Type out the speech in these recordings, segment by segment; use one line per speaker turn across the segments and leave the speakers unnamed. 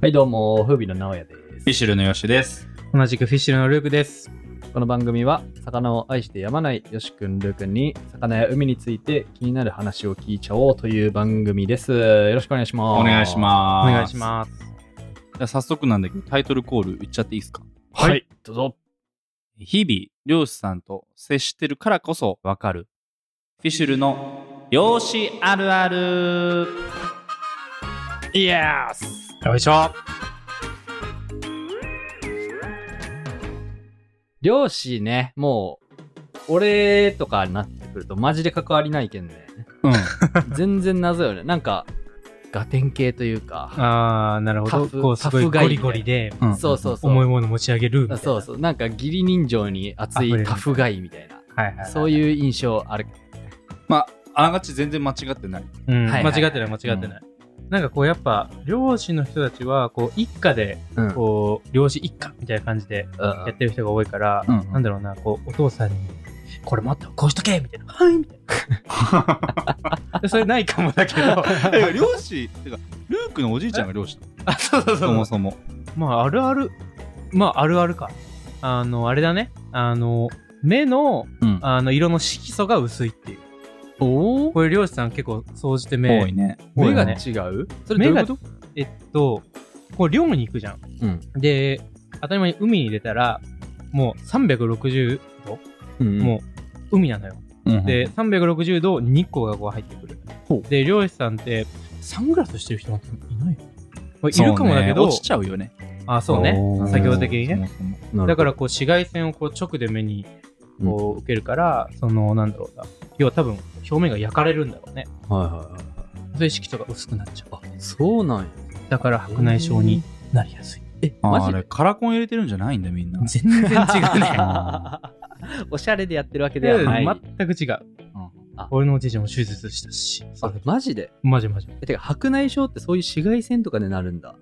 はい、どうも、風靡の直哉です。
フィッシュルのよしです。
同じくフィッシュのルークです。
この番組は、魚を愛してやまないよしくん、ルーくんに、魚や海について気になる話を聞いちゃおうという番組です。よろしくお願いします。
お願いし
お
ます。
願いします。
す。早速なんだけど、タイトルコール言っちゃっていいですか
はい、どうぞ。
日々、漁師さんと接してるからこそわかる。フィッシュルの漁師あるある。
イエスよいしょ
漁師ね、もう、俺とかになってくると、マジで関わりないけんね。
うん。
全然謎よね。なんか、ガテン系というか、
あー、なる
タ
ほ
フ
ど。こう、すごい
タフ
ゴ
ガイ
リゴリで、
うん
そうそうそう。
重いもの持ち上げるみたいな。
そうそう。なんか、義理人情に熱
溢れ
い
るみたい
タ
な
フガイみたいな。
はいはいはい。
そういう印象ある。
まあ、あながち全然間違って ない。
うん。
はいはい
間違ってない、間違ってない。なんかこう、やっぱ、漁師の人たちは、こう、一家で、
うん
こう、漁師一家みたいな感じで
うんうん
やってる人が多いから、
うん
なんだろうな、こう、お父さんに、これもっとこうしとけみたいな。はいみたい な。でそれないかもだけど。
え漁師ってか、ルークのおじいちゃんが漁師だ。
あ、そうそう
そもそも。
まあ、あるある、まあ、あるあるか。あの、あれだね。あの、目の、
うん
あの、色の色素が薄いっていう。
お
これ、漁師さん結構、総じて目。
多いね。
多
目
い
が
よ
違
ね
うそ
目が
どういうこ、
えっと、こう、漁に行くじゃん。
とうん。
で、当たり前に海に出たら、もう360度、
うん
もう、海なのよ。
うん
で、360度、日光がこう入ってくる
ほ。
で、漁師さんって、サングラスしてる人なんていないよ。まあい
そうね
るかもだけど、
落ちちゃうよね。
あ、そうね。
おー
作業的にね。
そもそも
だから、こう、紫外線をこう直で目にこう受けるから、そのなんだろうな要は多分表面が焼かれるんだろうね
ら、はいはいはいはい。
そういう色素が薄くなっちゃう
あ、そうなんや。
だから白内障になりやすい
え、
あー
マ
あ
ジ
れ、
で
カラコン入れてるんじゃないんだ、みんな。
全然違うね
あ
おしゃれでやってるわけではない。
全く違う、
あ
俺のおじいちゃんも手術したしそ
あ
れ
マジで
マジマジ
え、てか、白内障ってそういう紫外線とかでなるんだ。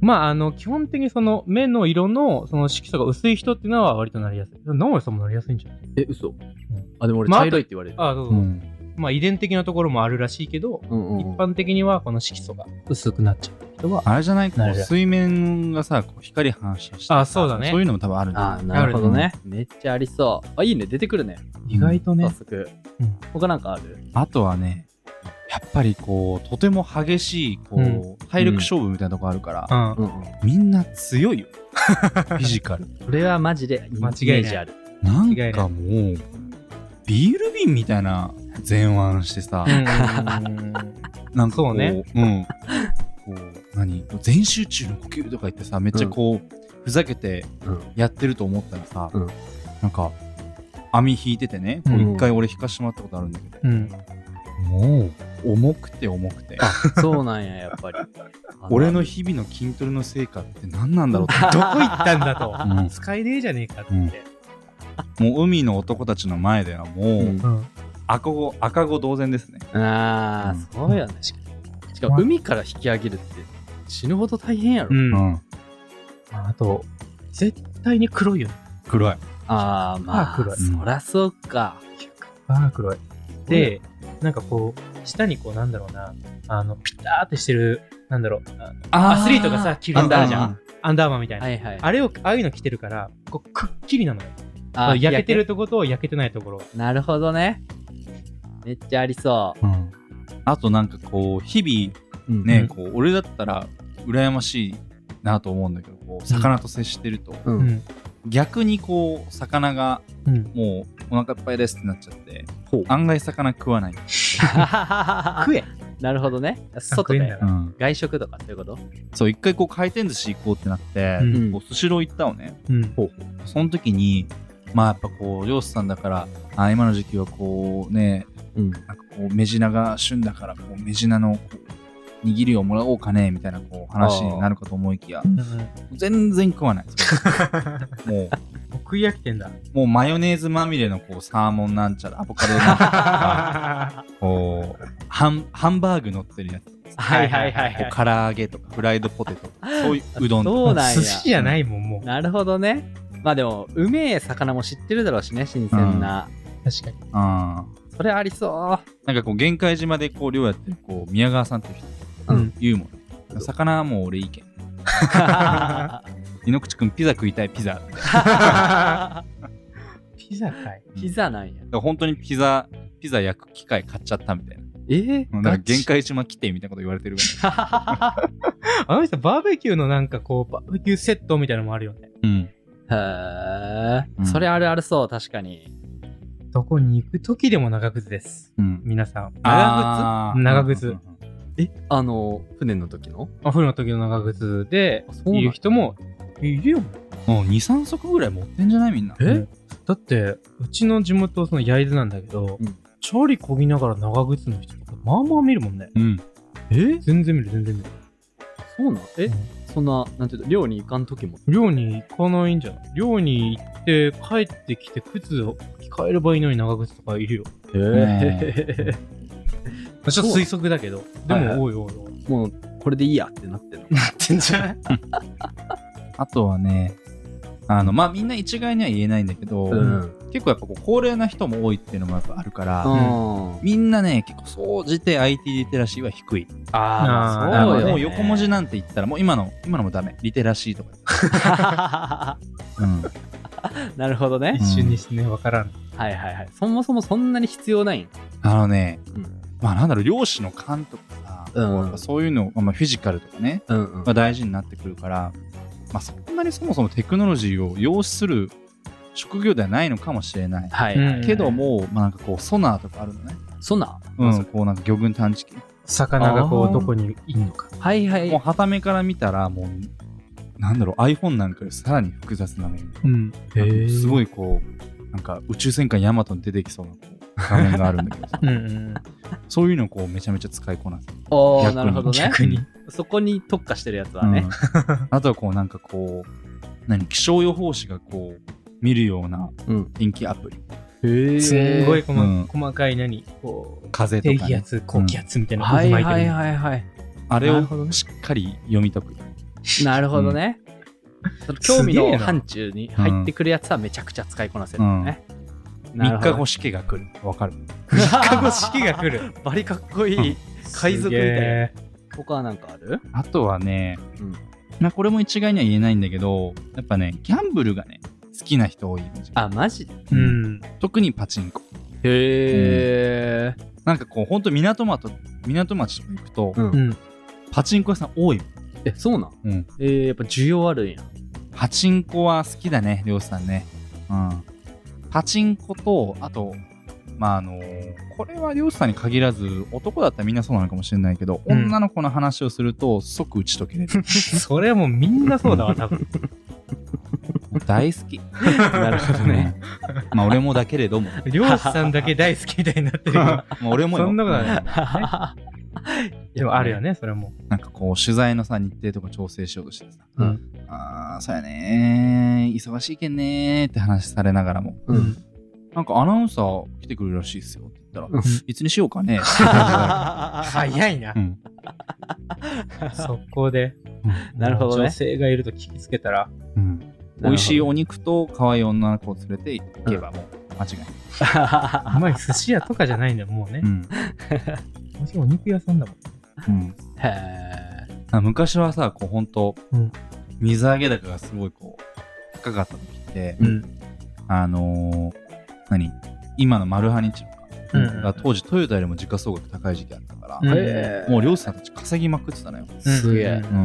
まああの基本的にその目の色のその色素が薄い人っていうのは割となりやすい直江さんもなりやすいんじゃない
え、嘘、あ、でも俺、
まあ
茶色いって言われる。
ああどう ぞ、
うん
まあ遺伝的なところもあるらしいけど、
うんうんうん
一般的にはこの色素が薄くなっちゃう人は
あれじゃないこ
な
う
るほど
水面がさ、こう光反射して。
あそうだね
そういうのも多分あるんだよ
あー、なるほどね。めっちゃありそう。あ、いいね。出てくるね。
意外とね
早、速。
うん
他なんかある
あとはね、やっぱりこう、とても激しい、こう、
うん
体力勝負みたいなとこあるから、
う
うん
ん
うん。
みんな強いよ。フィジカル。
これはマジでイメ
間違いない
ージある。
なん
違いない
かもう、ビール瓶みたいな前腕してさ、なんかこう、
そうね
うん。こう、何全集中の呼吸とか言ってさ、めっちゃこう、ふざけて
うん
やってると思ったらさ、
うん
なんか、網引いててね、こう
うん
一回俺引かしてもらったことあるんだけど、
うん
もう、重くて重くて。
そうなんや、やっぱ り。
俺の日々の筋トレの成果って何なんだろう
どこ行ったんだと、
うん
使えねえじゃねえかって、
ってもう海の男たちの前ではもう、
うん
うん
赤子赤子同然ですね
ああ、
うん
そうやね。しかも海から引き上げるって死ぬほど大変やろ。
まああと絶対に黒いよね
黒い
ああ、ま
あ
あ、
ー暗い
そらそうか。
ああ黒いでなんかこう下にこうなんだろうなあのピターってしてるなんだろうあのアスリートがさ着る
アン
んだ
ダー
あ
じ
じ
ゃ
ゃ
ん
ん。アンダーマンみたいな、
はいはい。
あれをああいうの着てるからこうくっきりなのよ
あー
焼けて。
日
るとこと焼けてないところ
焼けなるほどね。めっちゃありそ
うんあとなんかこう日
う。
々ね、
うん
こう俺だったら羨ましいなと思うんだけどこう魚と接してると、
うん。
う
うん。
ん
逆にこう魚が
うん
もうお腹いっぱいですってなっちゃって
ほう
案外魚食わない、
食
食え。
え
なるほどね。
食
外
えん
で
だ。な
外食とかそういうこと
そう一回こう回転寿司行こうってなって、
うん
こうスシロー行ったのね、
うん
その時に、まあやっぱこう、漁師さんだから、あ今の時期はこうね、
うん。
なんかこう、メジナが旬だから、こう、メジナのこう握りをもらおうかね、みたいなこう話になるかと思いきや、 全然 食わない。もう、
食い飽きてんだ
もうマヨネーズまみれのこう、サーモンなんちゃら、アボカ ドなんちゃらとかこう、ハン、ハンバーグ乗ってるやつ。
はいはいはいはい
こ
う
唐揚げとか、フライドポテトとか、そういううどんと か。
そうなんや
寿司じゃないもんもう
なるほどね。まあでも、うめえ魚も知ってるだろうしね、新鮮な。
確かに
あー
それあり そ
なんかこう、玄界島でこう、漁やってる、こう、宮川さんっていう人、
う。
うん。
言うもん。魚はもう俺いいけん。井ノ口くんピザ食いたいピザみたいなだか
ピザかい。
ピザなんや。
ら本当にピザピザ焼く機械買っちゃったみたいな
えー
だから限界島来てみたいなこと言われてるぐ
あの人、バーベキューのなんかこう、バーベキューセットみたいなのもあるよね。
らいうん
へ
う
え。
ん
それあるあるそう、確かに。
どこに行くときでも長靴です。
うん
皆さん。
あー
長
う
靴
んうんうん
え、あの、船の時の
お風呂の時の長靴で
あ、そうなんだ
いる人もいるよ。
もう23足ぐらい持ってんじゃないみんな
え
うんだって、うちの地元、その焼津なんだけど、
うん
チャリこぎながら長靴の人とか、まあまあ見るもんね。
うん
え
全然見る、全然見る。
そうなんえ
うん
そんな、なんていうの、漁に行かん時も。
寮に行かないんじゃない寮に行って、帰ってきて、靴を着替えればいいのに長靴とかいるよ。
へ
ー
え。
まあちょっと推測だけど、で
はいはい
も、おいおいおい。
もう、これでいいやってなってるの。
なってんじゃない
あとはねあのまあみんな一概には言えないんだけど、
うん。
結構やっぱこう高齢な人も多いっていうのもやっぱあるから、
あ
みんなね結構総じて IT リテラシーは低い
ーあ
あ
ー、そ
ー
う
あ
よ、
の
ね。
もう横文字なんて言ったらもう今の今のもダメリテラシーとか、うん、
なるほどね
う。ん
一瞬にしてね、わからん。
はいはいはい。そもそもそんなに必要ないん。
あのね、
うん
まあなんだろう漁師の勘とかさ、
うん
こやっぱそういうの、まあ、フィジカルとかね、
うんうん
まあ、大事になってくるから、まあ、そんなにそもそもテクノロジーを要する職業ではないのかもしれない、
はいはい。
うん
けども、まあ、なんかこうソナーとかあるのね、
ソナ
う
あそ
ん、こうなんか魚群探知機
魚がこ
あー
う、どこにいんのか。
ーはいはい
もう。はためから見たらもうなんだろう iPhone なんかよりさらに複雑な面
うん。
す
い。
ごいこうなんか宇宙戦艦ヤマトに出てきそうなこう画面があるんだ けどさ
うんうん。
そういうのをこうめちゃめちゃ使いこなす、
おー
逆に
なるほどね。
逆に。
そこに特化してるやつは
うん
ね。
あとはこうなんかこう何気象予報士がこう見るような
うん
天気アプリ、
へえ。
すごい。細,、
うん
細かい何こう
風と
低
か、
気
ね、
圧高気圧みたいなのが
は
渦
い
巻いてる、
はいはいはい。
あれ
なるほど
を
ね
しっかり読み解く、
なるほどね。その興味
す
の
げえな
範疇に入ってくるやつはめちゃくちゃ使いこなせるんだね。なる
3
ほ
日
ど
後式が来るわかる
3日後四季が来る
バリかっこいい。海賊みたいな他はなんかある
あとはね、
うん
まあこれも一概には言えないんだけどやっぱねギャンブルがね好きな人多いイメージ
あ、マジで
う、ん
特にパチンコ
へえ。
なんかこうほんと港町港町とか行くと、
うん
うん
パチンコ屋さん多い
え、そうなん
もん、うん、
えー、やっぱ需要あるんや。
パチンコは好きだね漁師さんね、うん、パチンコとあとまああのこれは漁師さんに限らず男だったらみんなそうなのかもしれないけど、
うん
女の子の話をすると即打ち解けれる
それはもうみんなそうだわ多 分
もう大好き
なるほど ね。
うんまあ俺もだけれども
漁師さんだけ大好きみたいになってる よ
まあ俺もよ
そんなことはない
い
でもあるよねそれはも
なんかこう取材のさ日程とか調整しようとしてさ、
うん
ああそうやねー忙しいけんねーって話されながらも
う、
うん
なんかアナウンサー来てくれるらしいっすよって言ったら、
うん
いつにしようかね
早いな、
うん
速攻で
なるほどね
女性がいると聞きつけた ら
うん美味しいお肉と可愛い女の子を連れて行けばもう間違いない、
あんまり寿司屋とかじゃないんだよもうね
うん
もちろんお肉屋さんだもん
うん
へえ。
あ昔はさこう本当、
うん
水揚げ高がすごいこう高かった時って、
うん
あのー何今のマルハニチ
う
ロ
ん
か、が当時トヨタよりも時価総額高い時期あったから、
うん
へー
もう漁師さんたち稼ぎまくってたのよ、
すげえ。
うん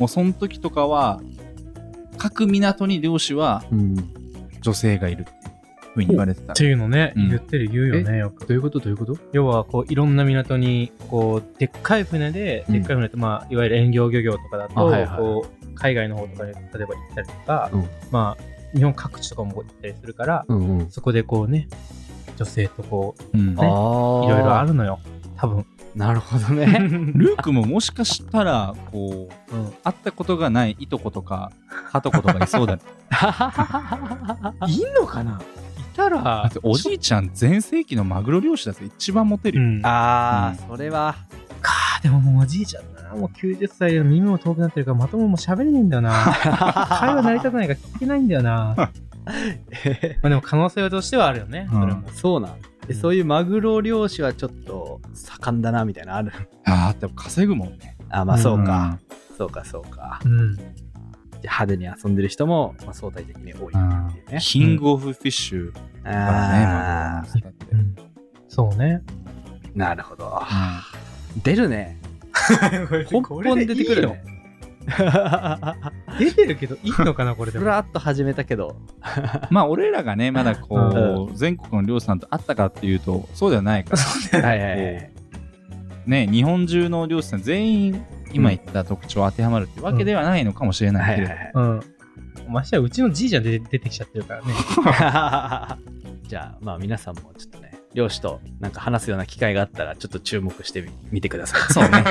もうその時とかは各港に漁師は
うん。ど
女性がいるっていうふうに言われてた
っていうのね、
うん
言ってる言うよねよく
ういうことどういうこと
要はこういろんな港にこうでっかい船で、
うん
でっかい船って、まあ、いわゆる遠洋漁業とかだと
あはいはい
こう海外の方とかに例えば行ったりとか、
うん
まあ、日本各地とかも行ったりするから、
うんうん。
そこでこうね女性とこう
うん
ああ。
いろいろあるのよ多分、
なるほど ね。
ルークももしかしたらこう
うん、
会ったことがないいとことかはとことかいそう だね
いんのかないた
だ
ら
っておじいちゃん全盛期のマグロ漁師だぜ一番モテ
う
るよ、
ん、あ
あ
う
あ、それは。
でももうおじいちゃんだなもう90歳で耳も遠くなってるからまともにもう喋れねえんだよな会話成り立たないから聞けないんだよなまあでも可能性としてはあるよね、
うん
それも
そうなん。えそういうマグロ漁師はちょっと盛んだなみたいなのある。
ああでも稼ぐもんね
あ、まあそうか。そうか、そうか。
うん。
じゃあ派手に遊んでる人も、まあ、相対的に多い
うん
っていうね。
キングオブフィッシュだからね、
あ
マグロの下って
う。んそうね。
ーなるほど。
うん
出るね。ポンポン出てくるね。
出てるけど、いいのかな、これで
ふ
も。
らっと始めたけど。
まあ俺らがねまだこう全国の漁師さんと会ったかっていうとそうではないから
はいはいはい。
ね日本中の漁師さん全員今言った特徴当てはまるってわけではないのかもしれない
はい
け
は
れど
い
うん。ましては、うちのじいちゃんで出てきちゃってるからね。
はい。 じゃあ、まあ皆さんもちょっとね、漁師となんか話すような機会があったら、ちょっと注目してみ見てください。
そうね。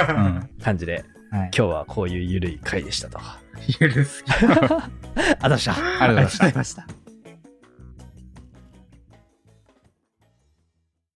う
感じで、
んはい
今日はこういうゆるい回でしたと。
ゆるすぎ。
あ、どうした
ありがとうございました
ました。